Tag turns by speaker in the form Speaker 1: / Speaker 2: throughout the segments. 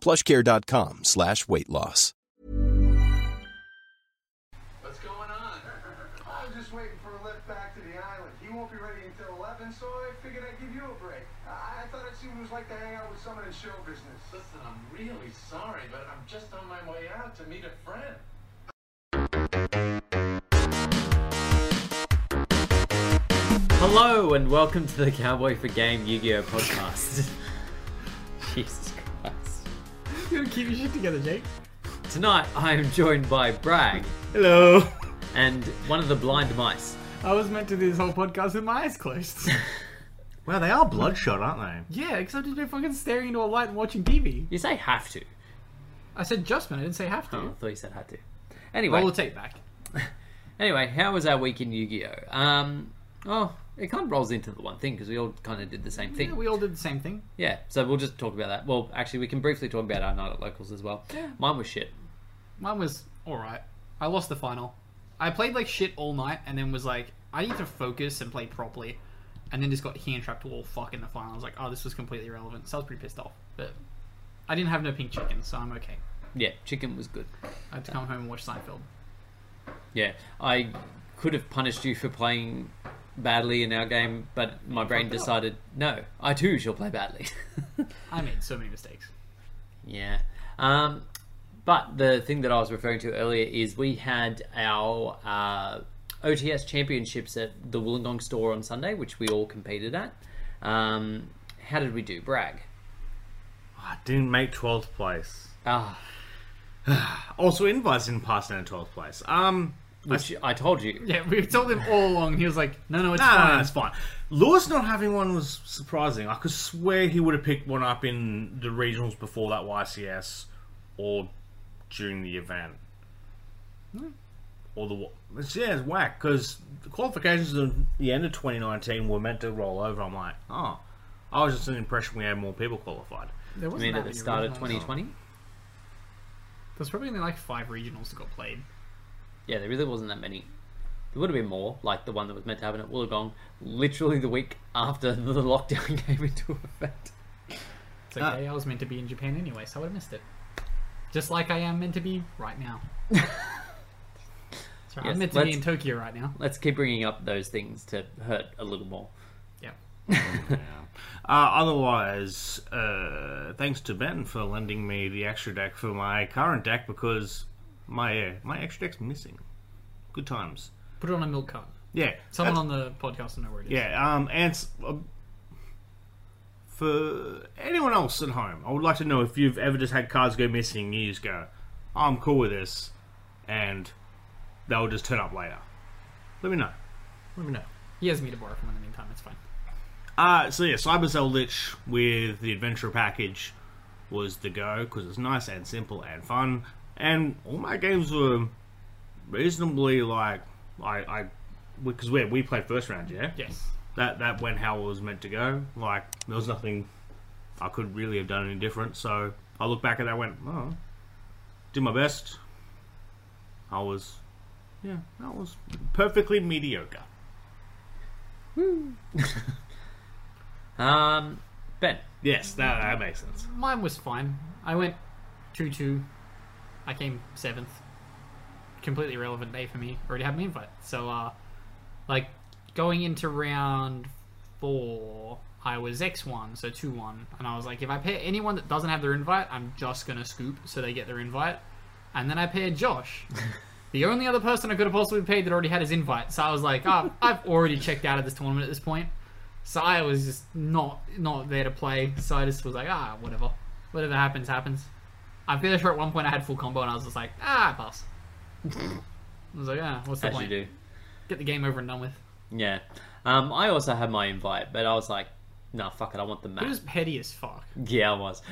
Speaker 1: Plushcare.com slash weight loss.
Speaker 2: What's going on? I'm just waiting for a lift back to the island. He won't be ready until 11, so I figured I'd give you a break. I, I thought I'd see what it was like to hang out with someone in show business. Listen, I'm really sorry, but I'm just on my way out to meet a friend.
Speaker 3: Hello and welcome to the Cowboy for Game Yu-Gi-Oh podcast. Jesus Christ.
Speaker 4: You keep your shit together, Jake.
Speaker 3: Tonight I am joined by Bragg
Speaker 4: Hello.
Speaker 3: and one of the blind mice.
Speaker 4: I was meant to do this whole podcast with my eyes closed.
Speaker 5: Wow, they are bloodshot, aren't they?
Speaker 4: yeah, except you've been fucking staring into a light and watching TV.
Speaker 3: You say have to.
Speaker 4: I said Justman, I didn't say have to.
Speaker 3: Oh, I thought you said had to. Anyway,
Speaker 4: Roll the tape back.
Speaker 3: anyway, how was our week in Yu-Gi-Oh? Um, oh, it kind of rolls into the one thing because we all kind of did the same thing.
Speaker 4: Yeah, we all did the same thing.
Speaker 3: Yeah, so we'll just talk about that. Well, actually, we can briefly talk about our night at locals as well. Mine was shit.
Speaker 4: Mine was alright. I lost the final. I played like shit all night and then was like, I need to focus and play properly. And then just got hand trapped to all fuck in the final. I was like, oh, this was completely irrelevant. So I was pretty pissed off. But I didn't have no pink chicken, so I'm okay.
Speaker 3: Yeah, chicken was good.
Speaker 4: I had to come home and watch Seinfeld.
Speaker 3: Yeah, I could have punished you for playing badly in our game, but my brain decided no, I too shall play badly.
Speaker 4: I made so many mistakes.
Speaker 3: yeah. Um, but the thing that I was referring to earlier is we had our uh, OTS championships at the Wollongong store on Sunday, which we all competed at. Um, how did we do? Brag.
Speaker 5: I didn't make 12th place.
Speaker 3: Ah,
Speaker 5: Also, invites didn't pass down to 12th place. Um,
Speaker 3: which I told you.
Speaker 4: Yeah, we told him all along. He was like, no, no, it's
Speaker 5: nah,
Speaker 4: fine.
Speaker 5: nah, it's fine. Lewis not having one was surprising. I could swear he would have picked one up in the regionals before that YCS or during the event. Or the wa- it's, yeah, it's whack because the qualifications at the end of 2019 were meant to roll over. I'm like, oh, I was just an impression we had more people qualified.
Speaker 4: There
Speaker 3: I
Speaker 4: wasn't
Speaker 3: mean,
Speaker 4: that
Speaker 3: at the
Speaker 4: many
Speaker 3: start of
Speaker 4: regionals.
Speaker 3: 2020.
Speaker 4: There's probably only like five regionals that got played.
Speaker 3: Yeah, there really wasn't that many. There would have been more, like the one that was meant to happen at Wollongong, literally the week after the lockdown came into effect.
Speaker 4: It's
Speaker 3: Ah.
Speaker 4: okay. I was meant to be in Japan anyway, so I would have missed it. Just like I am meant to be right now. Sorry,
Speaker 3: Yes,
Speaker 4: I'm meant to be
Speaker 3: let's-
Speaker 4: in Tokyo right now.
Speaker 3: Let's keep bringing up those things to hurt a little more.
Speaker 4: Yeah.
Speaker 5: Uh, otherwise, uh, thanks to Ben for lending me the extra deck for my current deck because my uh, my extra deck's missing. Good times.
Speaker 4: Put it on a milk cart.
Speaker 5: Yeah.
Speaker 4: Someone
Speaker 5: that's-
Speaker 4: on the podcast will know where it is.
Speaker 5: Yeah. Um. And s- um, for anyone else at home, I would like to know if you've ever just had cards go missing. and You just go, "I'm cool with this," and they'll just turn up later. Let me know. Let me know.
Speaker 4: He has me to borrow from in the meantime. It's fine.
Speaker 5: Uh, so yeah, Cybercell Lich with the adventure package was the go because it's nice and simple and fun, and all my games were reasonably like I I because we we played first round, yeah,
Speaker 4: Yes.
Speaker 5: That that went how it was meant to go. Like there was nothing I could really have done any different. So I look back at that, and went, oh, did my best. I was, yeah, I was perfectly mediocre.
Speaker 3: Um, Ben,
Speaker 5: Yes, that that makes sense.
Speaker 4: Mine was fine. I went 2 2. I came 7th. Completely irrelevant day for me. Already had my invite. So, uh, like, going into round 4, I was X1, so 2 1. And I was like, if I pair anyone that doesn't have their invite, I'm just going to scoop so they get their invite. And then I paired Josh. the only other person I could have possibly paid that already had his invite. So I was like, oh, I've already checked out of this tournament at this point. So I was just not not there to play. So I just was like, ah, whatever, whatever happens, happens. I'm fairly sure at one point I had full combo and I was just like, ah, pass. I was like, ah, what's the
Speaker 3: as you
Speaker 4: point?
Speaker 3: do.
Speaker 4: Get the game over and done with.
Speaker 3: Yeah. Um, I also had my invite, but I was like, nah, fuck it, I want the
Speaker 4: It was
Speaker 3: mat.
Speaker 4: petty as fuck.
Speaker 3: Yeah, I was.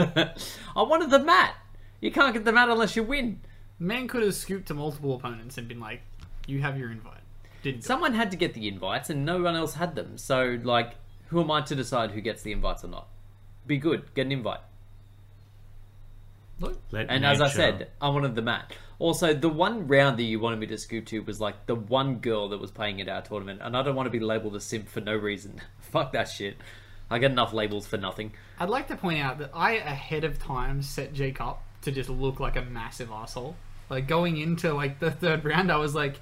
Speaker 3: I wanted the mat. You can't get them out unless you win.
Speaker 4: Man could have scooped to multiple opponents and been like, "You have your invite." Didn't. do it.
Speaker 3: Someone had to get the invites, and no one else had them. So, like, who am I to decide who gets the invites or not? Be good, get an invite.
Speaker 4: Look,
Speaker 5: Let
Speaker 3: And as I
Speaker 5: nature-
Speaker 3: said, I wanted the mat. Also, the one round that you wanted me to scoop to was like the one girl that was playing at our tournament, and I don't want to be labeled a simp for no reason. Fuck that shit. I get enough labels for nothing.
Speaker 4: I'd like to point out that I ahead of time set Jake up to just look like a massive asshole. Like going into like the third round, I was like,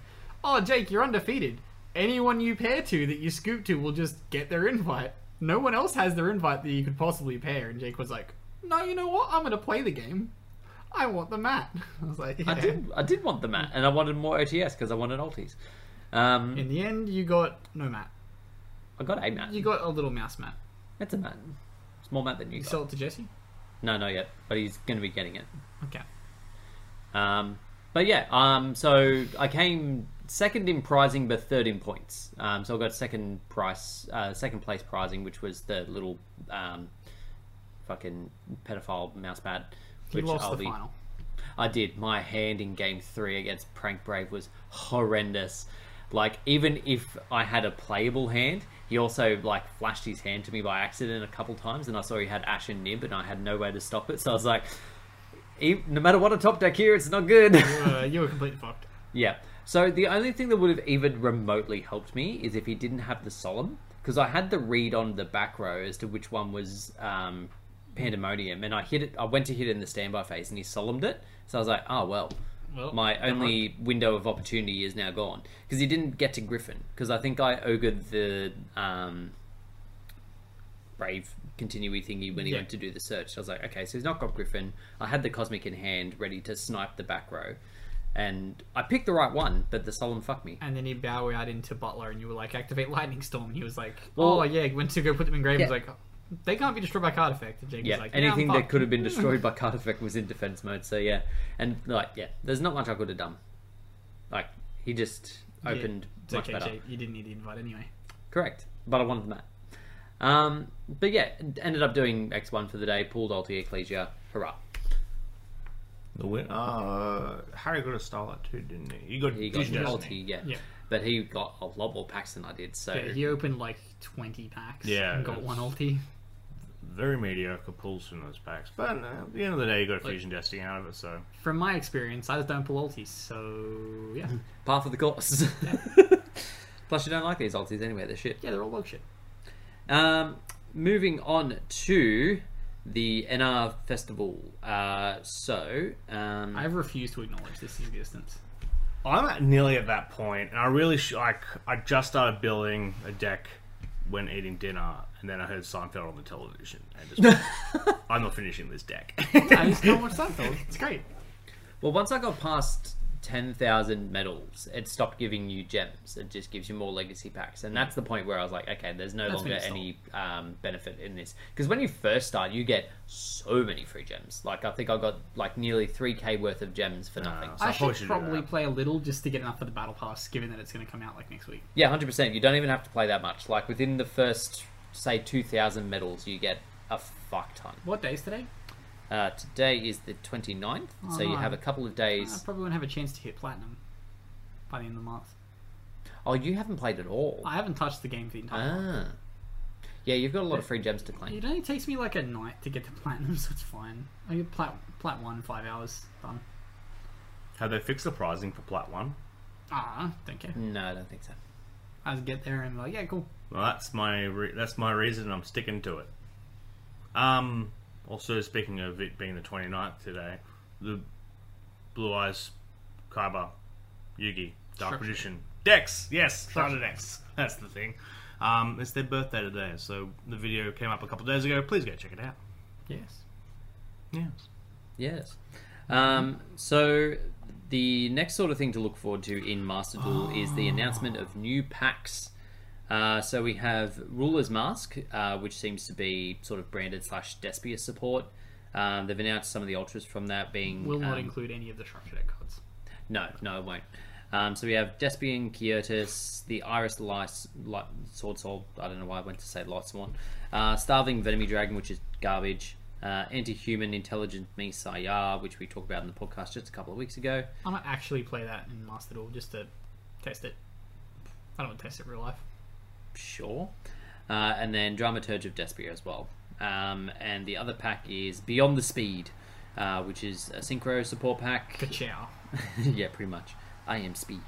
Speaker 4: "Oh, Jake, you're undefeated. Anyone you pair to that you scoop to will just get their invite. No one else has their invite that you could possibly pair." And Jake was like, "No, you know what? I'm gonna play the game. I want the mat." I was like,
Speaker 3: I
Speaker 4: "Yeah."
Speaker 3: did. I did want the mat, and I wanted more OTS because I wanted alties. Um,
Speaker 4: In the end, you got no mat.
Speaker 3: I got a mat.
Speaker 4: You got a little mouse mat.
Speaker 3: It's a mat. It's more mat than you
Speaker 4: You
Speaker 3: got.
Speaker 4: sold it to Jesse.
Speaker 3: No, not yet. But he's going to be getting it.
Speaker 4: Okay.
Speaker 3: Um, but yeah, um, so I came second in prizing, but third in points. Um, so I got second price, uh, second place prizing, which was the little um, fucking pedophile mouse pad.
Speaker 4: You
Speaker 3: Which
Speaker 4: lost
Speaker 3: I'll
Speaker 4: the
Speaker 3: be-
Speaker 4: final.
Speaker 3: I did. My hand in game three against Prank Brave was horrendous. Like, even if I had a playable hand, he also like flashed his hand to me by accident a couple times, and I saw he had Ash and Nib, and I had no way to stop it. So I was like, "E- no matter what I top deck here, it's not good.
Speaker 4: Uh, you were completely fucked.
Speaker 3: yeah. So the only thing that would have even remotely helped me is if he didn't have the solemn, because I had the read on the back row as to which one was um, pandemonium, and I hit it. I went to hit it in the standby phase, and he solemned it. So I was like, "Oh well."
Speaker 4: Well,
Speaker 3: my
Speaker 4: never
Speaker 3: only window of opportunity is now gone because he didn't get to Griffin because I think I ogred the um, brave continuity thingy when he
Speaker 4: Yeah.
Speaker 3: went to do the search. I was like, okay, so he's not got Griffin. I had the cosmic in hand, ready to snipe the back row, and I picked the right one, but the solemn fucked me.
Speaker 4: and then he bowed out into Butler, and you were like, "Activate Lightning Storm," and he was like,
Speaker 3: Well-
Speaker 4: "Oh yeah," he went to go put them in grave.
Speaker 3: Yeah.
Speaker 4: He was like, "They can't be destroyed by card effect." And Jake
Speaker 3: Yeah,
Speaker 4: was like,
Speaker 3: anything that could have been
Speaker 4: destroyed.
Speaker 3: destroyed by card effect was in defense mode. So yeah, and like yeah, there's not much I could have done. Like he just opened
Speaker 4: it's
Speaker 3: much
Speaker 4: okay,
Speaker 3: better.
Speaker 4: Jake. You didn't need the invite anyway.
Speaker 3: Correct. But I wanted the mat. Um, but yeah, ended up doing X1 for the day, pulled Alti Ecclesia. Hurrah.
Speaker 5: The win. Uh, Harry got a style at too, didn't he? You got,
Speaker 3: He got
Speaker 5: Digidestiny.
Speaker 3: Alti, yeah.
Speaker 4: Yeah.
Speaker 3: But he got a lot more packs than I did, so
Speaker 4: Yeah, he opened like twenty packs.
Speaker 5: Yeah,
Speaker 4: and got
Speaker 5: that's-
Speaker 4: one ulti.
Speaker 5: Very mediocre pulls from those packs, but uh, at the end of the day, you got Fusion Destiny out of it. So
Speaker 4: From my experience, I just don't pull ultis, so yeah,
Speaker 3: par for the course. Plus, you don't like these Altis anyway, they're shit.
Speaker 4: yeah, they're all dog shit.
Speaker 3: Um, moving on to the NR Festival. Uh, so, um,
Speaker 4: I've refused to acknowledge this existence.
Speaker 5: I'm at nearly at that point, and I really sh- like. I just started building a deck when eating dinner, and then I heard Seinfeld on the television, and just, I'm not finishing this deck.
Speaker 4: I just don't watch Seinfeld. It's great.
Speaker 3: Well, once I got past 10,000 medals, it stopped giving you gems. It just gives you more legacy packs. And that's the point where I was like, okay, there's no
Speaker 4: That's when
Speaker 3: longer
Speaker 4: you
Speaker 3: any um, benefit in this. Because when you first start, you get so many free gems. Like, I think I got like nearly 3k worth of gems for nothing.
Speaker 5: Nah. So
Speaker 4: I
Speaker 5: I probably
Speaker 4: should
Speaker 5: should do
Speaker 4: probably
Speaker 5: that.
Speaker 4: play a little just to get enough of the battle pass, given that it's going to come out like next week.
Speaker 3: Yeah, 100%. You don't even have to play that much. Like, within the first, say, 2,000 medals, you get a fuck ton.
Speaker 4: What day is today?
Speaker 3: Uh, today is the 29th, so you
Speaker 4: no.
Speaker 3: have a couple of
Speaker 4: I
Speaker 3: days.
Speaker 4: probably won't have a chance to hit platinum by the end of the month.
Speaker 3: Oh, you haven't played at all.
Speaker 4: I haven't touched the game for the entire.
Speaker 3: Ah. Yeah, you've got a lot of free gems to claim.
Speaker 4: It only takes me like a night to get to platinum, so it's fine. I get plat plat one five hours done.
Speaker 5: Have they fixed the pricing for Plat One?
Speaker 4: Ah, don't care.
Speaker 3: No, I don't think so.
Speaker 4: I just get there and be like, yeah, cool.
Speaker 5: Well, that's my re- that's my reason. I'm sticking to it. Um. Also, speaking of it being the 29th today, the Blue Eyes, Kaiba, Yugi, Dark
Speaker 4: Structure.
Speaker 5: Magician, Dex. Yes, Thunder Dex. That's the thing. Um, it's their birthday today, so the video came up a couple days ago. Please go check it out.
Speaker 4: Yes.
Speaker 5: Yes.
Speaker 3: Yes. Um, so the next sort of thing to look forward to in Master Duel is the announcement of new packs. Uh, so we have Ruler's Mask, uh, which seems to be sort of branded slash Despia support. Um, they've announced some of the ultras from that being
Speaker 4: Will not
Speaker 3: um,
Speaker 4: include any of the structure deck cards.
Speaker 3: No, no, it won't. Um, so we have Despian, Kyotis, the Iris Lice, Li- Sword Soul. I don't know why I went to say Lightsworn. Uh, Starving Venomy Dragon, which is garbage. uh, Anti-Human Intelligent Me Sayar, which we talked about in the podcast just a couple of weeks ago.
Speaker 4: I might actually play that in Mastered All just to test it. I don't want to test it in real life.
Speaker 3: Sure. Uh, and then Dramaturge of Despia as well. Um, and the other pack is Beyond the Speed, uh, which is a synchro support pack.
Speaker 4: Ka-chow.
Speaker 3: yeah, pretty much. I am speed.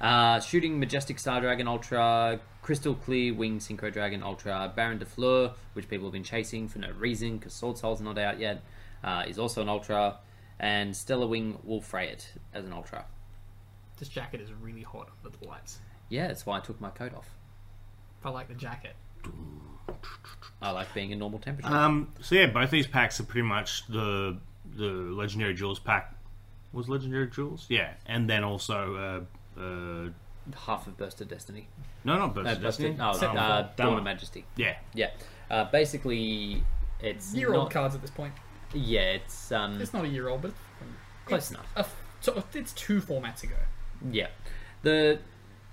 Speaker 3: Uh, shooting Majestic Star Dragon Ultra, Crystal Clear Wing Synchro Dragon Ultra, Baron de Fleur, which people have been chasing for no reason because Sword Soul's not out yet, uh, is also an Ultra, and Stellar Wing Wolf Freyet as an Ultra.
Speaker 4: This jacket is really hot under the lights.
Speaker 3: Yeah, that's why I took my coat off.
Speaker 4: I like the jacket.
Speaker 3: I like being in normal temperature.
Speaker 5: Um, so yeah, both these packs are pretty much the the legendary jewels pack. Was legendary jewels? Yeah, and then also uh, uh,
Speaker 3: Half of Burst of Destiny.
Speaker 5: no, not Burst
Speaker 3: No,
Speaker 5: of
Speaker 3: Burst
Speaker 5: Destiny.
Speaker 3: of, oh,
Speaker 5: Dawn.
Speaker 3: uh, Dawn
Speaker 5: Dawn.
Speaker 3: of Majesty.
Speaker 5: Yeah,
Speaker 3: Yeah. Uh, basically, it's
Speaker 4: Year old
Speaker 3: not,
Speaker 4: cards at this point.
Speaker 3: Yeah, it's um,
Speaker 4: It's not a year old, but
Speaker 3: close
Speaker 4: it's
Speaker 3: enough.
Speaker 4: a f- so it's two formats ago.
Speaker 3: Yeah. The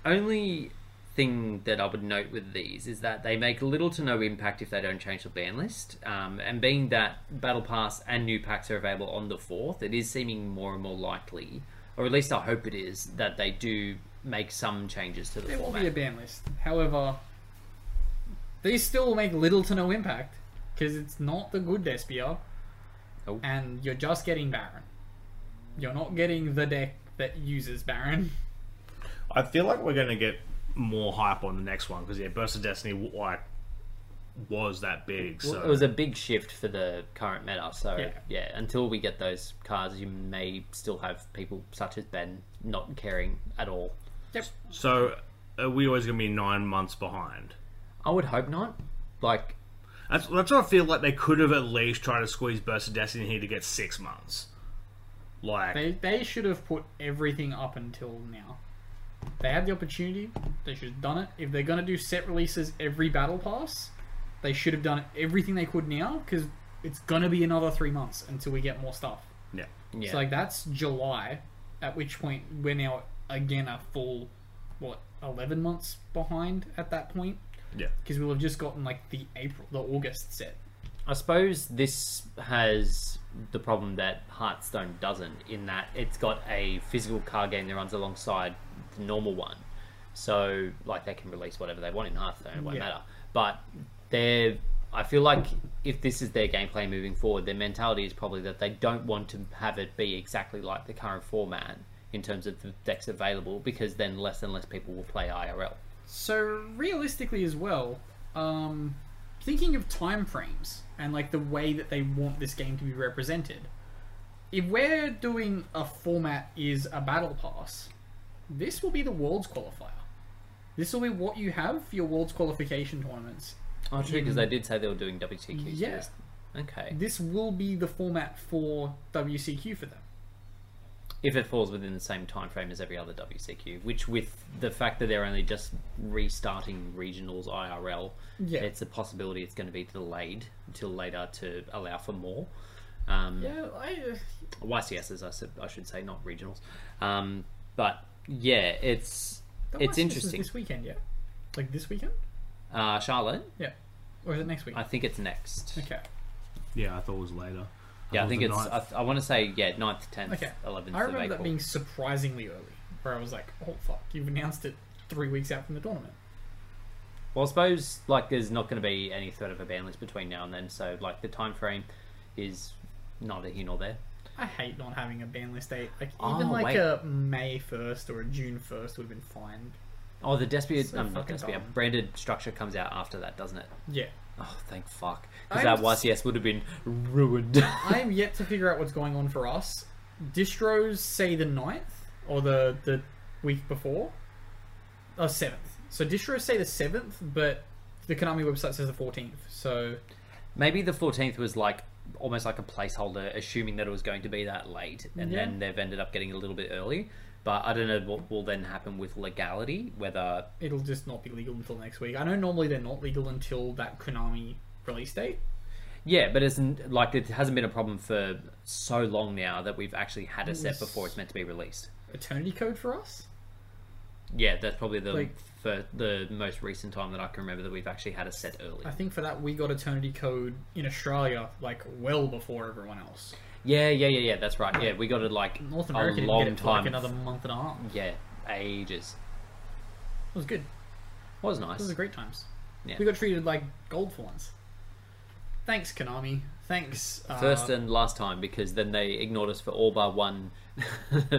Speaker 3: only thing that I would note with these is that they make little to no impact if they don't change the ban list. Um, and being that Battle Pass and new packs are available on the 4th, it is seeming more and more likely, or at least I hope it is, that they do make some changes to the
Speaker 4: There will
Speaker 3: format.
Speaker 4: be a ban list. However, these still make little to no impact because it's not the good Despia,
Speaker 3: Oh.
Speaker 4: and you're just getting Baron. You're not getting the deck that uses Baron.
Speaker 5: I feel like we're gonna get more hype on the next one because yeah, Burst of Destiny w- like was that big. So
Speaker 3: Well, it was a big shift for the current meta, so yeah.
Speaker 4: Yeah.
Speaker 3: Until we get those cards, you may still have people such as Ben not caring at all.
Speaker 4: Yep.
Speaker 5: so are we always gonna be nine months behind?
Speaker 3: I would hope not. Like,
Speaker 5: That's that's what I feel like they could have at least tried to squeeze Burst of Destiny in here to get six months. Like
Speaker 4: They they should have put everything up until now. They had the opportunity. They should have done it. If they're gonna do set releases every battle pass, they should have done everything they could now because it's gonna be another three months until we get more stuff.
Speaker 5: yeah,
Speaker 3: yeah.
Speaker 4: So like that's July, at which point we're now again a full what eleven months behind at that point
Speaker 5: yeah.
Speaker 4: because we'll have just gotten like the April the August set.
Speaker 3: I suppose this has the problem that Hearthstone doesn't, in that it's got a physical card game that runs alongside the normal one. So, like, they can release whatever they want in Hearthstone, it won't
Speaker 4: Yeah.
Speaker 3: matter. But they're. I feel like if this is their gameplay moving forward, their mentality is probably that they don't want to have it be exactly like the current format in terms of the decks available, because then less and less people will play IRL.
Speaker 4: So realistically, as well, um, thinking of time frames and like the way that they want this game to be represented. If we're doing a format is a battle pass, this will be the world's qualifier. This will be what you have for your world's qualification tournaments.
Speaker 3: Oh, true, because they did say they were doing WTQ.
Speaker 4: Yeah.
Speaker 3: first. Okay.
Speaker 4: This will be the format for WCQ for them.
Speaker 3: if it falls within the same time frame as every other WCQ, which with the fact that they're only just restarting regionals IRL,
Speaker 4: Yeah.
Speaker 3: it's a possibility it's going to be delayed until later to allow for more. Um,
Speaker 4: Yeah, I, uh,
Speaker 3: YCSs, I, su- I should say, not regionals. Um, but yeah, it's
Speaker 4: the
Speaker 3: it's
Speaker 4: license is
Speaker 3: interesting.
Speaker 4: This weekend, yeah, like this weekend,
Speaker 3: Uh, Charlotte,
Speaker 4: yeah, or is it next week?
Speaker 3: I think it's next.
Speaker 4: okay,
Speaker 5: Yeah, I thought it was later.
Speaker 3: Yeah, I
Speaker 5: thought
Speaker 3: think
Speaker 5: it
Speaker 3: it's.
Speaker 5: was the
Speaker 3: I, I want to say yeah, 9th, tenth,
Speaker 4: okay.
Speaker 3: eleventh
Speaker 4: I
Speaker 3: of
Speaker 4: remember
Speaker 3: April.
Speaker 4: that being surprisingly early, where I was like, "Oh fuck, you've announced it three weeks out from the tournament."
Speaker 3: Well, I suppose like there's not going to be any threat of a ban list between now and then, so like the time frame is neither here nor there.
Speaker 4: I hate not having a ban list date. Like
Speaker 3: Oh,
Speaker 4: even like
Speaker 3: wait.
Speaker 4: a May first or a June first would have been fine.
Speaker 3: Oh, the Despia,
Speaker 4: So
Speaker 3: um, not
Speaker 4: fucking
Speaker 3: Despia,
Speaker 4: dumb.
Speaker 3: branded structure comes out after that, doesn't it?
Speaker 4: Yeah,
Speaker 3: Oh, thank fuck, because
Speaker 4: I'm
Speaker 3: that
Speaker 4: s-
Speaker 3: YCS would have been ruined.
Speaker 4: I am yet to figure out what's going on for us. Distros say the 9th or the the week before, or seventh. So distros say the seventh, but the Konami website says the fourteenth. So
Speaker 3: Maybe the fourteenth was like almost like a placeholder, assuming that it was going to be that late, and
Speaker 4: Yeah.
Speaker 3: then they've ended up getting a little bit early. But I don't know what will then happen with legality, whether
Speaker 4: it'll just not be legal until next week. I know normally they're not legal until that Konami release date.
Speaker 3: Yeah, but it's n- like it hasn't been a problem for so long now that we've actually had a set before it's meant to be released.
Speaker 4: Eternity Code for us.
Speaker 3: yeah, that's probably the
Speaker 4: Like-
Speaker 3: fir- the most recent time that I can remember that we've actually had a set early.
Speaker 4: I think for that we got Eternity Code in Australia like well before everyone else.
Speaker 3: Yeah, yeah, yeah, yeah. That's right. Yeah, we got it like
Speaker 4: North
Speaker 3: a
Speaker 4: America
Speaker 3: long
Speaker 4: didn't get it for
Speaker 3: time.
Speaker 4: like another month and a half.
Speaker 3: Yeah, ages.
Speaker 4: It was good.
Speaker 3: Was
Speaker 4: Those
Speaker 3: nice.
Speaker 4: are great times.
Speaker 3: Yeah.
Speaker 4: We got treated like gold for once. Thanks, Konami. Thanks. Uh,
Speaker 3: First and last time because then they ignored us for all but one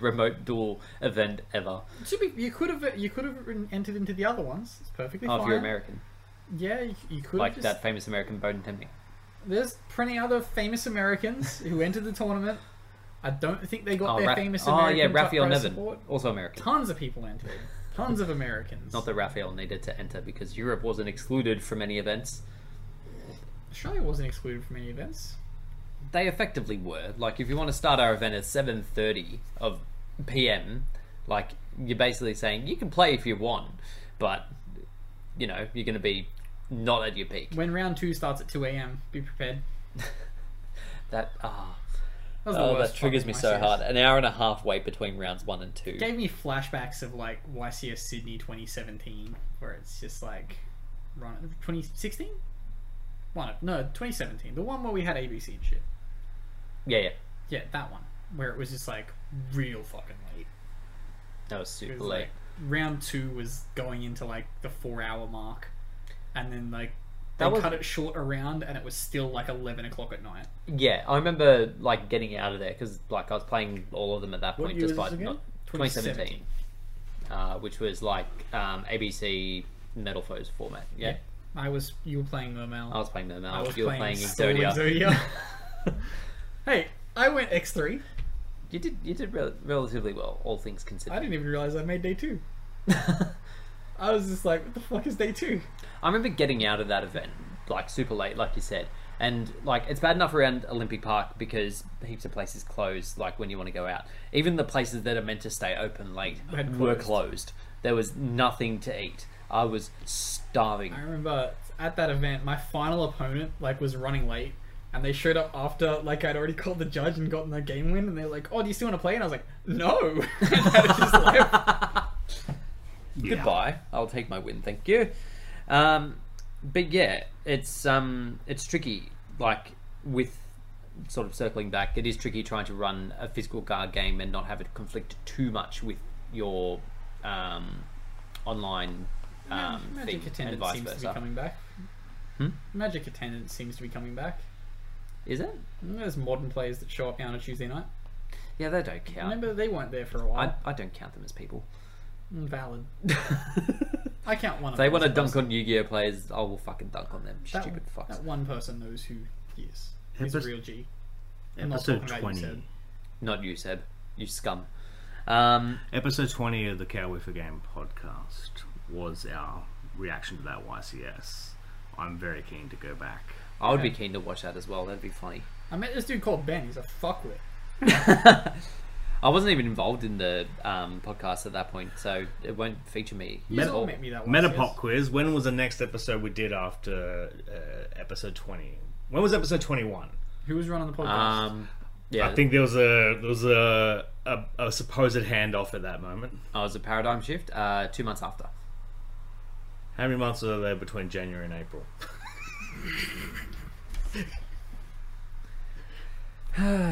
Speaker 3: remote duel event ever. Oh,
Speaker 4: to be, you could have you could have entered into the other ones. It's perfectly
Speaker 3: Oh,
Speaker 4: fine.
Speaker 3: if you're American,
Speaker 4: Yeah, you, you could
Speaker 3: like
Speaker 4: have just,
Speaker 3: that famous American Bowden Tempting.
Speaker 4: There's plenty other famous Americans who entered the tournament. I don't think they got
Speaker 3: Oh,
Speaker 4: their
Speaker 3: Ra-
Speaker 4: famous
Speaker 3: oh
Speaker 4: American
Speaker 3: yeah,
Speaker 4: top
Speaker 3: Raphael
Speaker 4: prize
Speaker 3: Nevin,
Speaker 4: support.
Speaker 3: also American.
Speaker 4: Tons of people entered. Tons of Americans.
Speaker 3: Not that Raphael needed to enter because Europe wasn't excluded from any events.
Speaker 4: Australia wasn't excluded from any events.
Speaker 3: They effectively were. Like, if you want to start our event at seven thirty of PM, like you're basically saying you can play if you want, but you know you're going to be not at your peak.
Speaker 4: When round two starts at 2 a.m., be prepared.
Speaker 3: That ah,
Speaker 4: That was the
Speaker 3: oh,
Speaker 4: worst
Speaker 3: that triggers
Speaker 4: part
Speaker 3: me
Speaker 4: of
Speaker 3: so
Speaker 4: YCS.
Speaker 3: hard. An hour and a half wait between rounds one and two.
Speaker 4: Gave me flashbacks of like YCS Sydney 2017, where it's just like run 2016. One of- no 2017, the one where we had ABC and shit.
Speaker 3: Yeah, yeah,
Speaker 4: Yeah, that one where it was just like real fucking late.
Speaker 3: that was
Speaker 4: It
Speaker 3: super
Speaker 4: was,
Speaker 3: late.
Speaker 4: like, round two was going into like the four hour mark, and then like they
Speaker 3: That was-
Speaker 4: cut it short around, and it was still like 11 o'clock at night.
Speaker 3: Yeah, I remember like getting out of there because like I was playing all of them at that
Speaker 4: What
Speaker 3: point,
Speaker 4: year was
Speaker 3: despite
Speaker 4: this again?
Speaker 3: not 2017, uh, which was like um, ABC Metal Foes format. Yeah,
Speaker 4: I was you were playing the
Speaker 3: I
Speaker 4: ML.
Speaker 3: was playing them
Speaker 4: I
Speaker 3: out.
Speaker 4: was
Speaker 3: You were playing
Speaker 4: Soul
Speaker 3: Exodia.
Speaker 4: Exodia. hey, I went X3.
Speaker 3: You did you did rel- relatively well, all things
Speaker 4: I
Speaker 3: considered.
Speaker 4: didn't even realize I made day two.
Speaker 3: I,
Speaker 4: I was just like, what the fuck is day two?
Speaker 3: remember getting out of that event like super late, like you said, and like it's bad enough around Olympic Park because heaps of places close. Like when you want to go out, even the places that are meant to stay open late
Speaker 4: Had
Speaker 3: were
Speaker 4: closed.
Speaker 3: closed. There was nothing to eat. I was starving.
Speaker 4: I remember at that event, my final opponent like was running late, and they showed up after like I'd already called the judge and gotten the game win, and they're like, "Oh, do you still want to play?" And I was like, "No." And I just left.
Speaker 3: goodbye. I'll take my win, thank you. Um, but yeah, it's um, it's tricky. Like with sort of circling back, it is tricky trying to run a physical guard game and not have it conflict too much with your um, online um, thing
Speaker 4: Magic
Speaker 3: and
Speaker 4: attendance
Speaker 3: vice
Speaker 4: seems to be
Speaker 3: versa. Hmm?
Speaker 4: coming back. Magic attendance seems to be coming back.
Speaker 3: Is it?
Speaker 4: There's modern players that show up now on a Tuesday night.
Speaker 3: Yeah, they don't count.
Speaker 4: Remember, they weren't there for a
Speaker 3: I,
Speaker 4: while.
Speaker 3: I don't count them as people.
Speaker 4: Valid.
Speaker 3: if
Speaker 4: I count one. Of
Speaker 3: they
Speaker 4: them
Speaker 3: want to
Speaker 4: as a
Speaker 3: dunk
Speaker 4: person.
Speaker 3: on Yu-Gi-Oh players, I will fucking dunk on them.
Speaker 4: that,
Speaker 3: Stupid fucks.
Speaker 4: That one person knows who he is. He's a
Speaker 5: Episode-
Speaker 4: real G. I'm not
Speaker 5: Episode
Speaker 4: talking about you, Seb.
Speaker 5: twenty.
Speaker 3: Not you, Seb. You scum. Um,
Speaker 5: Episode twenty of the Cowboy for Game podcast was our reaction to that YCS. I'm very keen to go back.
Speaker 3: I would be keen to watch that as well. That'd be funny.
Speaker 4: I met this dude called Ben. He's a fuckwit.
Speaker 3: I wasn't even involved in the um, podcast at that point, so it won't feature me.
Speaker 4: He's
Speaker 3: at all.
Speaker 4: all met me that way.
Speaker 5: Metapop quiz. When was the next episode we did after uh, episode twenty? When was episode twenty-one?
Speaker 4: Who was running the podcast?
Speaker 3: Um, yeah,
Speaker 5: I think there was a there was a, a a supposed handoff at that moment.
Speaker 3: I was a paradigm shift uh, two months after.
Speaker 5: How many months are there between January and April?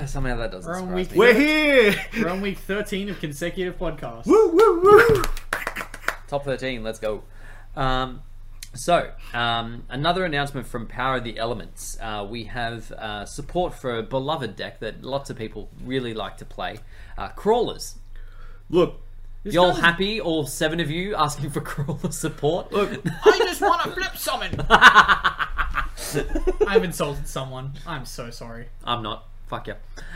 Speaker 3: Somehow that doesn't
Speaker 4: We're on
Speaker 3: surprise
Speaker 4: week-
Speaker 3: me.
Speaker 5: We're here.
Speaker 4: We're on week 13 of consecutive podcasts.
Speaker 5: woo woo woo.
Speaker 3: Top 13, let's go. Um, so, um, another announcement from Power of the Elements. Uh, we have uh, support for a beloved deck that lots of people really like to play uh, Crawlers.
Speaker 5: Look,
Speaker 3: You're all
Speaker 4: guy-
Speaker 3: happy, all seven of you, asking for Crawler support? Look,
Speaker 4: I just want to flip summon! I've insulted someone. I'm so sorry.
Speaker 3: I'm not. Fuck you.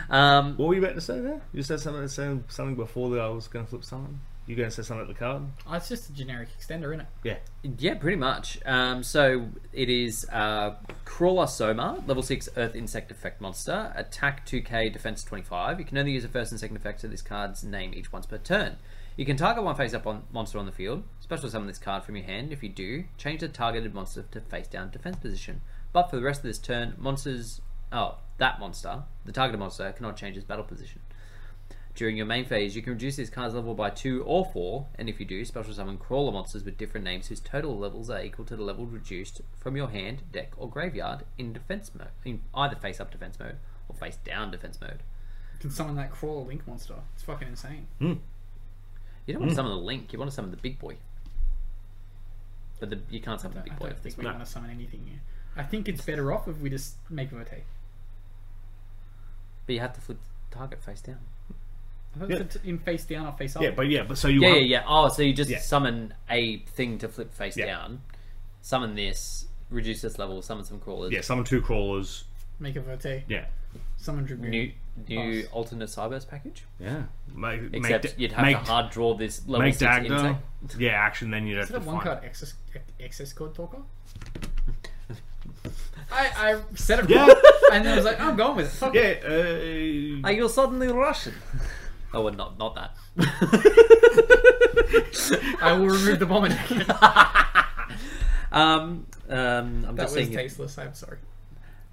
Speaker 3: Um,
Speaker 5: what were you about to say there? You said something said something before that I was going to flip something. You going to say something at the card?
Speaker 4: Oh, it's just a generic extender, isn't it?
Speaker 5: Yeah.
Speaker 3: yeah, pretty much. Um, so it is uh, Crawler Soma, level 6 Earth Insect Effect Monster, attack 2k, defense 25. You can only use the first and second effects of this card's name each once per turn. You can target one face up on monster on the field, special summon this card from your hand. If you do, change the targeted monster to face down defense position. But for the rest of this turn, monsters. Oh, that monster, the targeted monster, cannot change its battle position. During your main phase, you can reduce these cards' level by 2 or 4, and if you do, special summon crawler monsters with different names whose total levels are equal to the level reduced from your hand, deck, or graveyard in defense mode, in either face up defense mode or face down defense mode.
Speaker 4: Can summon that crawler link monster. It's fucking insane.
Speaker 3: You don't want
Speaker 4: Hmm.
Speaker 3: to summon the Link, you want to summon the Big Boy. But the, you can't summon the
Speaker 4: I
Speaker 3: Big Boy
Speaker 4: don't
Speaker 3: at this
Speaker 4: think we
Speaker 3: point.
Speaker 4: want to summon anything here. I think it's better off if we just make Verte.
Speaker 3: But you have to flip the target face down.
Speaker 4: I thought
Speaker 5: Yeah.
Speaker 4: it's in face down or face up.
Speaker 5: Yeah, Oh, but yeah, but so you
Speaker 3: Yeah,
Speaker 5: want,
Speaker 3: yeah, yeah. Oh, so you just
Speaker 5: Yeah.
Speaker 3: summon a thing to flip face
Speaker 5: Yeah.
Speaker 3: down, summon this, reduce this level, summon some crawlers.
Speaker 5: yeah, summon two crawlers.
Speaker 4: Make a Verte.
Speaker 5: Yeah,
Speaker 4: Summon Dragoon.
Speaker 3: New new
Speaker 4: Pass.
Speaker 3: alternate Cyburst package.
Speaker 5: yeah. Make, make
Speaker 3: Except
Speaker 5: da-
Speaker 3: you'd have
Speaker 5: make,
Speaker 3: to hard draw this level
Speaker 5: make
Speaker 3: six
Speaker 5: dagger.
Speaker 3: insect.
Speaker 5: Yeah, action. Then you'd have
Speaker 4: Is
Speaker 5: to
Speaker 4: that one
Speaker 5: find.
Speaker 4: card excess, excess code talker? I, I said it
Speaker 5: Yeah,
Speaker 4: wrong, and then I was like, I'm going with it. Fuck it.
Speaker 5: yeah. Uh,
Speaker 3: Are you suddenly Russian? oh, well, not not that.
Speaker 4: I will remove the bomb attack.
Speaker 3: Um, um, I'm
Speaker 4: That
Speaker 3: just
Speaker 4: was
Speaker 3: saying. if-
Speaker 4: tasteless. I'm sorry.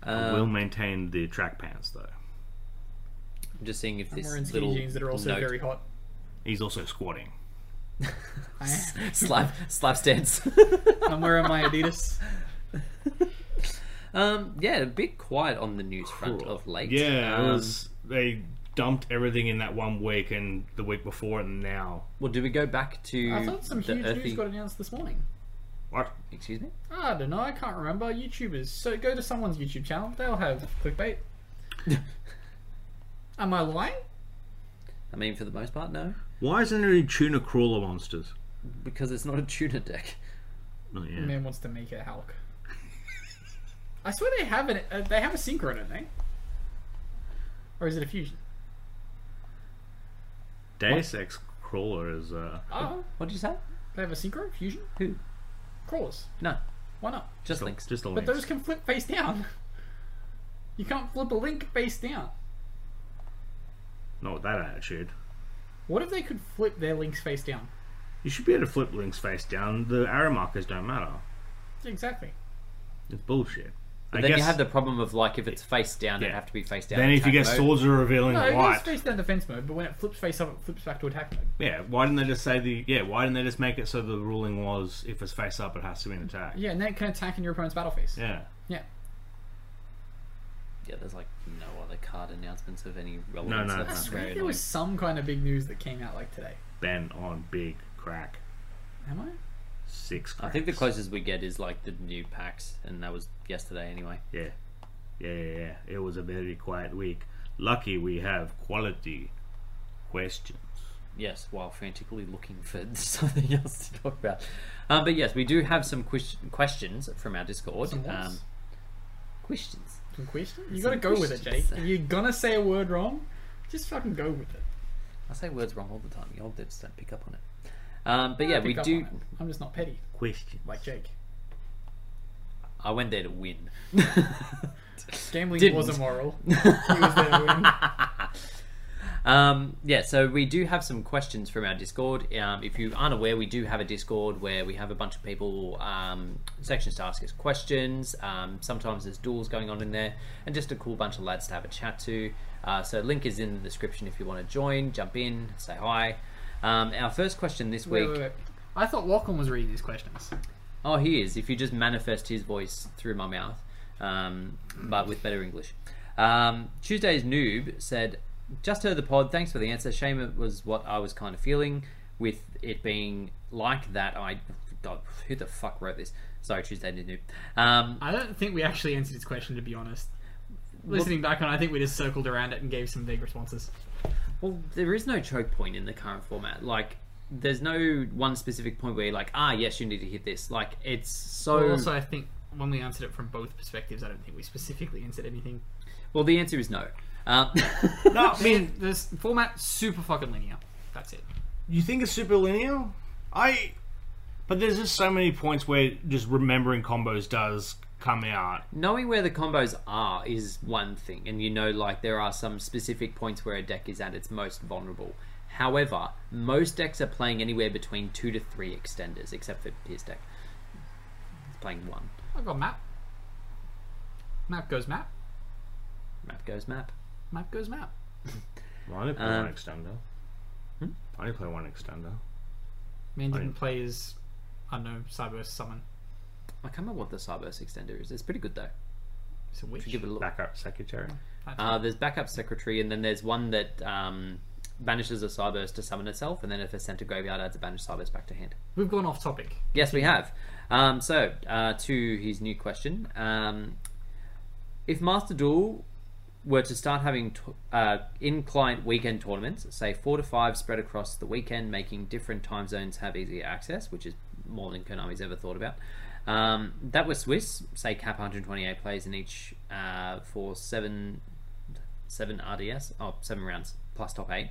Speaker 5: we'll maintain the track pants though.
Speaker 3: I'm just seeing if
Speaker 4: I'm
Speaker 3: this
Speaker 4: wearing skinny
Speaker 3: little
Speaker 4: jeans that are also
Speaker 3: note-
Speaker 4: very hot.
Speaker 5: He's also squatting.
Speaker 4: I,
Speaker 3: slap slap stance.
Speaker 4: I'm wearing my Adidas.
Speaker 3: um, yeah, a bit quiet on the news front of late.
Speaker 5: Yeah,
Speaker 3: um,
Speaker 5: it was. They dumped everything in that one week and the week before and now.
Speaker 3: Well, do we go back to
Speaker 4: I thought some
Speaker 3: the
Speaker 4: huge
Speaker 3: earthy?
Speaker 4: news got announced this morning.
Speaker 5: What?
Speaker 3: Excuse me.
Speaker 4: I don't know. I can't remember. YouTubers. So go to someone's YouTube channel. They'll have clickbait. Am I lying?
Speaker 3: I mean, for the most part, no,
Speaker 5: Why isn't there any tuna crawler monsters?
Speaker 3: because it's not a tuna deck.
Speaker 5: Oh, yeah.
Speaker 4: Man wants to make it Hulk. I swear they have an uh, they have a synchro, don't they? Or is it a fusion?
Speaker 5: Deus Ex crawler is. Uh,
Speaker 4: Oh,
Speaker 3: What did you say?
Speaker 4: they have a synchro fusion
Speaker 3: Who?
Speaker 4: crawlers.
Speaker 3: No,
Speaker 4: Why not?
Speaker 3: just links.
Speaker 5: Just the
Speaker 4: But
Speaker 5: links.
Speaker 4: those can flip face down. You can't flip a link face down.
Speaker 5: Not with that attitude.
Speaker 4: What if they could flip their links face down?
Speaker 5: You should be able to flip links face down. The arrow markers don't matter.
Speaker 4: Exactly.
Speaker 5: It's bullshit. I
Speaker 3: Then
Speaker 5: guess
Speaker 3: you have the problem of like if it's face down, it'd
Speaker 5: Yeah.
Speaker 3: have to be face down.
Speaker 5: Then if you
Speaker 3: attack
Speaker 5: get
Speaker 3: mode.
Speaker 5: swords are revealing
Speaker 4: No, it goes
Speaker 5: white.
Speaker 4: face down defense mode, but when it flips face up, it flips back to attack mode.
Speaker 5: Yeah. Why didn't they just say the? Yeah. Why didn't they just make it so the ruling was if it's face up, it has to be an attack.
Speaker 4: Yeah, and then it can attack in your opponent's battle phase.
Speaker 5: Yeah.
Speaker 4: Yeah.
Speaker 3: yeah, there's like no other card announcements of any
Speaker 5: No,
Speaker 3: relevance.
Speaker 5: no,
Speaker 3: That's very
Speaker 4: I
Speaker 5: no.
Speaker 4: think there
Speaker 3: annoying.
Speaker 4: was some kind of big news that came out like today.
Speaker 5: Ben on big crack.
Speaker 4: Am I?
Speaker 5: Six.
Speaker 3: I
Speaker 5: Cracks.
Speaker 3: think the closest we get is like the new packs, and that was yesterday anyway.
Speaker 5: Yeah. Yeah, yeah, yeah. It was a very quiet week. Lucky we have quality questions.
Speaker 3: Yes, while frantically looking for something else to talk about. Um, but yes, we do have some quest- questions from our Discord.
Speaker 4: Some what?
Speaker 3: um, questions.
Speaker 4: Some questions? You gotta go with it, Jake.
Speaker 3: questions.
Speaker 4: If you're gonna say a word wrong, just fucking go with it.
Speaker 3: I say words wrong all the time. You old divs don't pick up on it. Um, but yeah, we
Speaker 4: Pick up
Speaker 3: do.
Speaker 4: on it. I'm just not petty,
Speaker 5: Question.
Speaker 4: like Jake.
Speaker 3: I went there to win.
Speaker 4: Gambling
Speaker 3: Didn't.
Speaker 4: was immoral. he was there to win.
Speaker 3: Um, yeah, so we do have some questions from our Discord. Um, if you aren't aware, we do have a Discord where we have a bunch of people um, sections to ask us questions. Um, sometimes there's duels going on in there, and just a cool bunch of lads to have a chat to. Uh, so link is in the description if you want to join. Jump in, say hi. Um, our first question this
Speaker 4: Wait,
Speaker 3: week.
Speaker 4: wait, wait. I thought Lachlan was reading these questions.
Speaker 3: Oh, he is. If you just manifest his voice through my mouth, um, but with better English. Um, Tuesday's noob said, "Just heard the pod. Thanks for the answer. Shame it was what I was kind of feeling with it being like that. I God, who the fuck wrote this? Sorry, Tuesday noob. Um,
Speaker 4: I don't think we actually answered his question, to be honest. Listening back on, I think we just circled around it and gave some vague responses.
Speaker 3: Well, there is no choke point in the current format. Like, there's no one specific point where you're like, ah, yes, you need to hit this. Like, it's so.
Speaker 4: But also, I think when we answered it from both perspectives, I don't think we specifically answered anything.
Speaker 3: well, the answer is no. Um,
Speaker 5: No, I mean,
Speaker 4: This format super fucking linear. That's it.
Speaker 5: you think it's super linear? I. But there's just so many points where just remembering combos does come out.
Speaker 3: knowing where the combos are is one thing and you know like there are some specific points where a deck is at its most vulnerable however most decks are playing anywhere between two to three extenders except for pierce deck it's playing one
Speaker 4: I've got map. Map goes map.
Speaker 3: map goes map
Speaker 4: Map goes map.
Speaker 5: Well, I only play
Speaker 3: Um, hmm?
Speaker 5: one extender. I only play one extender.
Speaker 4: Man didn't
Speaker 5: Right.
Speaker 4: play as I don't know Cyber Summon.
Speaker 3: I can't remember what the Cyburst extender is. It's pretty good though.
Speaker 4: It's a witch.
Speaker 3: Should give it a look.
Speaker 5: Backup secretary.
Speaker 3: Uh, there's backup secretary, and then there's one that um, banishes a Cyburst to summon itself, and then if it's sent to graveyard, adds a banished Cyburst back to hand.
Speaker 4: We've gone off topic.
Speaker 3: Yes, we have. Um, so, uh, to his new question, um, if Master Duel were to start having t- uh, in-client weekend tournaments, say four to five spread across the weekend, making different time zones have easier access, which is more than Konami's ever thought about. Um, that was Swiss, say cap 128 players in each uh, for seven seven RDS, oh, seven rounds plus top eight,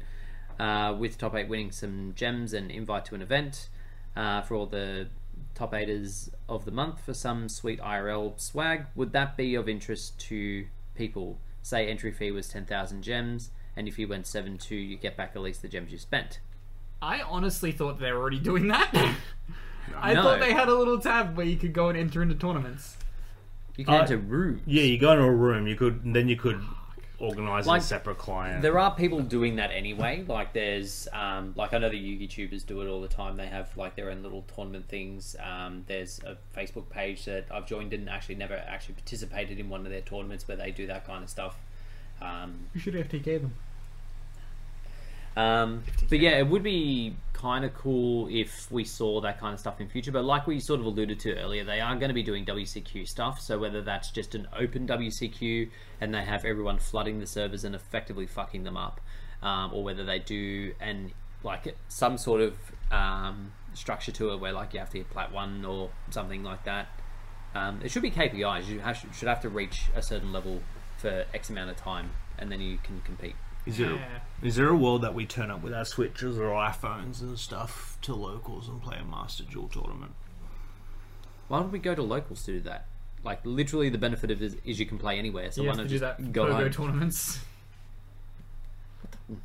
Speaker 3: uh, with top eight winning some gems and invite to an event uh, for all the top eighters of the month for some sweet IRL swag. Would that be of interest to people? Say entry fee was ten thousand gems, and if you went seven two, you get back at least the gems you spent.
Speaker 4: I honestly thought they were already doing that. I
Speaker 3: No.
Speaker 4: thought they had a little tab where you could go and enter into tournaments.
Speaker 3: You can
Speaker 5: Uh,
Speaker 3: enter rooms.
Speaker 5: Yeah, you go into a room. You could then you could organize
Speaker 3: Like,
Speaker 5: a separate client.
Speaker 3: There are people doing that anyway. Like there's, um, like I know the Yugi tubers do it all the time. They have like their own little tournament things. Um, there's a Facebook page that I've joined and actually never actually participated in one of their tournaments where they do that kind of stuff. Um,
Speaker 4: You should FTK them.
Speaker 3: um, but yeah, it would be kind of cool if we saw that kind of stuff in future. But like we sort of alluded to earlier, they are going to be doing WCQ stuff. So whether that's just an open WCQ and they have everyone flooding the servers and effectively fucking them up, um, or whether they do and like some sort of um, structure to it where like you have to hit plat one or something like that. Um, it should be KPIs. You have, should have to reach a certain level for X amount of time, and then you can compete.
Speaker 5: Is there,
Speaker 4: Yeah.
Speaker 5: is there a world that we turn up with our switches or iPhones and stuff to locals and play a Master Duel tournament?
Speaker 3: Why don't we go to locals to do that? Like literally, the benefit of it is, is you can play anywhere. So
Speaker 4: You
Speaker 3: why
Speaker 4: have
Speaker 3: not
Speaker 4: to do
Speaker 3: just
Speaker 4: that for
Speaker 3: go
Speaker 4: go
Speaker 3: home?
Speaker 4: tournaments.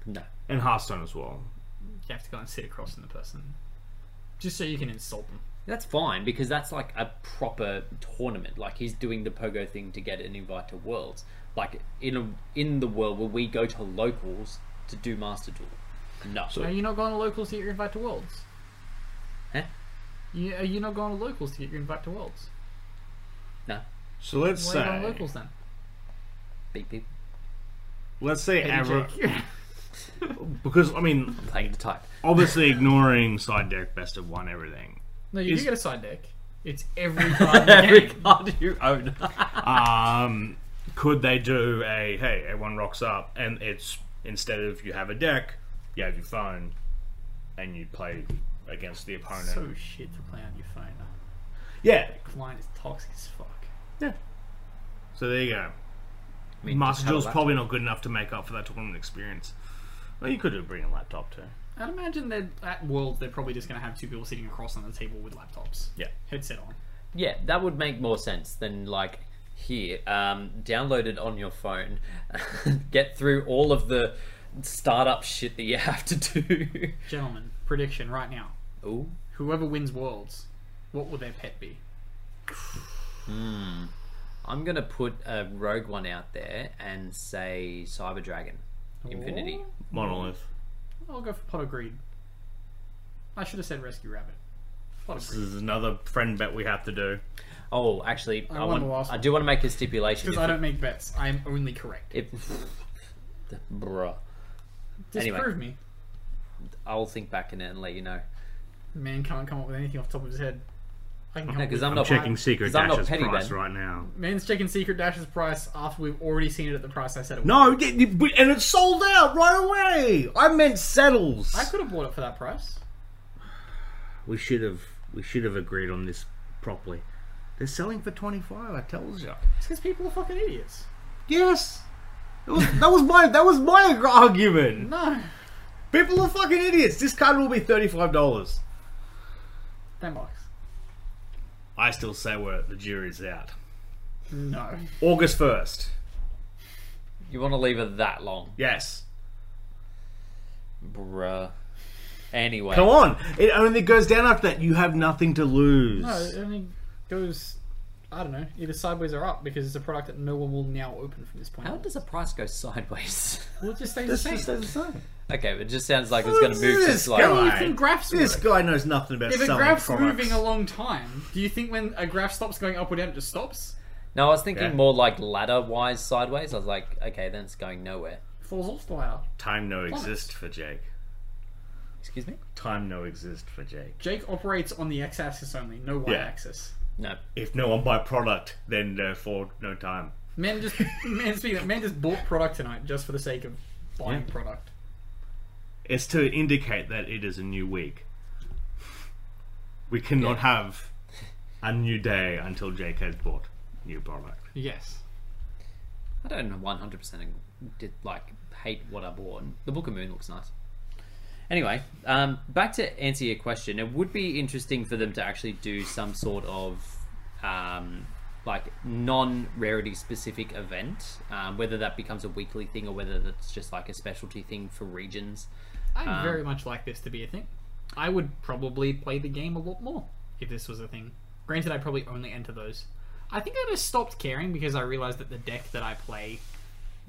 Speaker 3: no,
Speaker 5: And Hearthstone as well.
Speaker 4: You have to go and sit across from the person, just so you can insult them.
Speaker 3: that's fine because that's like a proper tournament. Like he's doing the pogo thing to get an invite to worlds. Like in a, in the world where we go to locals to do master duel. No,
Speaker 4: Are you not going to locals to get your invite to worlds?
Speaker 3: Huh?
Speaker 4: You, are you not going to locals to get your invite to worlds?
Speaker 3: no,
Speaker 5: So let's
Speaker 4: Why are you going to
Speaker 5: say
Speaker 4: locals then?
Speaker 3: beep beep.
Speaker 5: let's say average
Speaker 4: Jake.
Speaker 5: because I mean
Speaker 3: Playing to type.
Speaker 5: obviously ignoring side deck best of one everything.
Speaker 4: no, you
Speaker 5: Is-
Speaker 4: do get a side deck. It's every card. in the game.
Speaker 3: card you own.
Speaker 5: Um, could they do a hey everyone rocks up and it's instead of you have a deck, you have your phone, and you play against the opponent.
Speaker 6: So shit to play on your phone. That
Speaker 5: yeah,
Speaker 6: client is toxic as fuck.
Speaker 5: yeah. So there you go.
Speaker 3: I mean, just
Speaker 5: Master
Speaker 3: have a
Speaker 5: Duel's
Speaker 3: laptop.
Speaker 5: probably not good enough to make up for that tournament experience. Well, you could have bring a laptop too.
Speaker 4: I'd imagine that at Worlds they're probably just going to have two people sitting across on the table with laptops,
Speaker 5: Yeah.
Speaker 4: headset on.
Speaker 3: Yeah, that would make more sense than like here. Um, download it on your phone. Get through all of the startup shit that you have to do.
Speaker 4: Gentlemen, prediction right now:
Speaker 3: Ooh.
Speaker 4: whoever wins Worlds, what will their pet be?
Speaker 3: I'm gonna put a rogue one out there and say Cyber Dragon. Infinity.
Speaker 5: Monolith.
Speaker 4: I'll go for Pot of Greed. I should have said Rescue Rabbit. Pot of
Speaker 5: This
Speaker 4: Greed.
Speaker 5: is another friend bet we have to do.
Speaker 3: Oh, actually, I,
Speaker 4: won
Speaker 3: want,
Speaker 4: the last
Speaker 3: I
Speaker 4: one.
Speaker 3: do want to make a stipulation.
Speaker 4: Because I don't make bets. I am only correct.
Speaker 3: If, if bruh, anyway.
Speaker 4: Disprove me.
Speaker 3: I'll think back in it and let you know.
Speaker 4: Man can't come up with anything off the top of his head. I can come up
Speaker 3: Because
Speaker 4: with...
Speaker 3: I'm not
Speaker 5: Checking secret
Speaker 3: 'cause I'm not
Speaker 5: dashes
Speaker 3: petty,
Speaker 5: price
Speaker 3: Ben.
Speaker 5: right now.
Speaker 4: Man's checking Secret Dash's price after we've already seen it at the price I said it was.
Speaker 5: No, y- y- but- and it's sold out right away. I meant settles.
Speaker 4: I could have bought it for that price.
Speaker 5: We should have we should have agreed on this properly. They're selling for twenty five. I tells you.
Speaker 4: It's because people are fucking idiots.
Speaker 5: Yes. That was, that was my that was my argument.
Speaker 4: No.
Speaker 5: People are fucking idiots. This card will be thirty five dollars.
Speaker 4: Ten bucks.
Speaker 5: I still say we're the jury's out.
Speaker 4: No.
Speaker 5: August first.
Speaker 3: You want to leave it that long,
Speaker 5: Yes.
Speaker 3: bruh. Anyway,
Speaker 5: Come on. It only goes down after that. You have nothing to lose.
Speaker 4: No, it only goes
Speaker 6: I don't know, either sideways or up because it's a product that no one will now open from this point.
Speaker 3: How
Speaker 6: on.
Speaker 3: does the price go sideways?
Speaker 6: Well, it just stays the
Speaker 5: This
Speaker 6: same.
Speaker 5: is the same.
Speaker 3: okay, but it just sounds like it's going to move to
Speaker 5: This
Speaker 3: slow.
Speaker 5: guy.
Speaker 6: Even graphs
Speaker 5: This
Speaker 6: work.
Speaker 5: guy knows nothing about
Speaker 6: If a
Speaker 5: selling
Speaker 6: graph's
Speaker 5: products.
Speaker 6: moving a long time, do you think when a graph stops going up or down, it just stops?
Speaker 3: No, I was thinking
Speaker 5: Yeah.
Speaker 3: more like ladder wise sideways. I was like, okay, then it's going nowhere.
Speaker 6: It falls off the ladder.
Speaker 5: Time no exist for Jake.
Speaker 3: Excuse me?
Speaker 5: Time no exist for Jake.
Speaker 6: Jake operates on the x-axis only, no y-axis.
Speaker 3: No.
Speaker 5: If no one buy product, then therefore no time.
Speaker 6: Man just man speaking. of- Man just bought product tonight just for the sake of buying product.
Speaker 5: It's to indicate that it is a new week. We cannot have a new day until Jake has bought new product.
Speaker 4: Yes.
Speaker 3: I don't know 100% did like hate what I bought. The Book of Moon looks nice. Anyway, um, back to answer your question. It would be interesting for them to actually do some sort of um, like non-rarity specific event, um, whether that becomes a weekly thing or whether that's just like a specialty thing for regions.
Speaker 4: I'd very much like this to be a thing. I would probably play the game a lot more if this was a thing. Granted, I'd probably only enter those. I think I just stopped caring because I realized that the deck that I play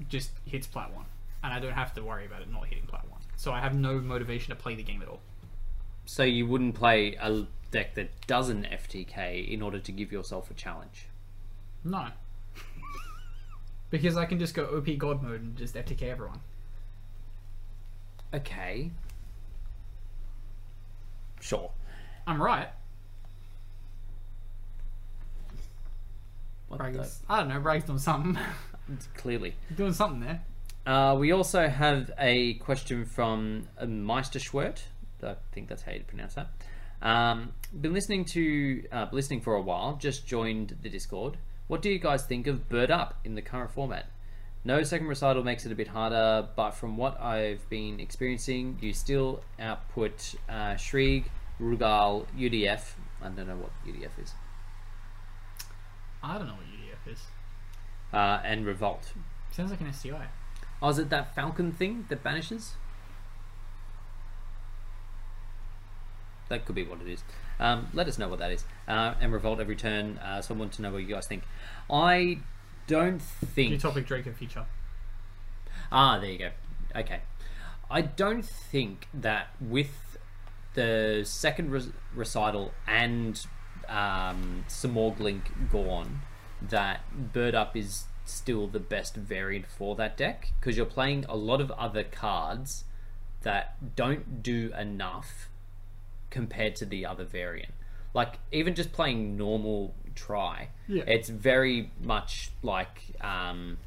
Speaker 4: just hits plat one, and I don't have to worry about it not hitting plat one. So I have no motivation to play the game at all.
Speaker 3: So you wouldn't play a deck that doesn't FTK in order to give yourself a challenge.
Speaker 4: No.
Speaker 6: Because I can just go OP God mode and just FTK everyone.
Speaker 3: Okay. Sure.
Speaker 4: I'm right.
Speaker 3: What the-
Speaker 4: Bragg's, I don't know, Bragg's doing something.
Speaker 3: uh, Clearly.
Speaker 4: doing something there.
Speaker 3: Uh, we also have a question from uh, Meisterschwert. I think that's how you pronounce that. Um, been listening to uh, listening for a while. Just joined the Discord. What do you guys think of Bird Up in the current format? No second recital makes it a bit harder, but from what I've been experiencing, you still output uh, Shrieg, Rugal, UDF. I don't know what UDF is,
Speaker 4: I don't know what UDF is.
Speaker 3: uh, and Revolt.
Speaker 4: Sounds like an STI.
Speaker 3: Oh, is it that falcon thing that banishes? That could be what it is. Um, let us know what that is. Uh, and revolt every turn. Uh, so I want to know what you guys think. I don't think.
Speaker 4: New topic, Draco feature.
Speaker 3: Ah, there you go. Okay. I don't think that with the second re- recital and um, Samorglink gone, that Bird Up is still the best variant for that deck because you're playing a lot of other cards that don't do enough compared to the other variant. Like even just playing normal try,
Speaker 6: Yeah.
Speaker 3: it's very much like um,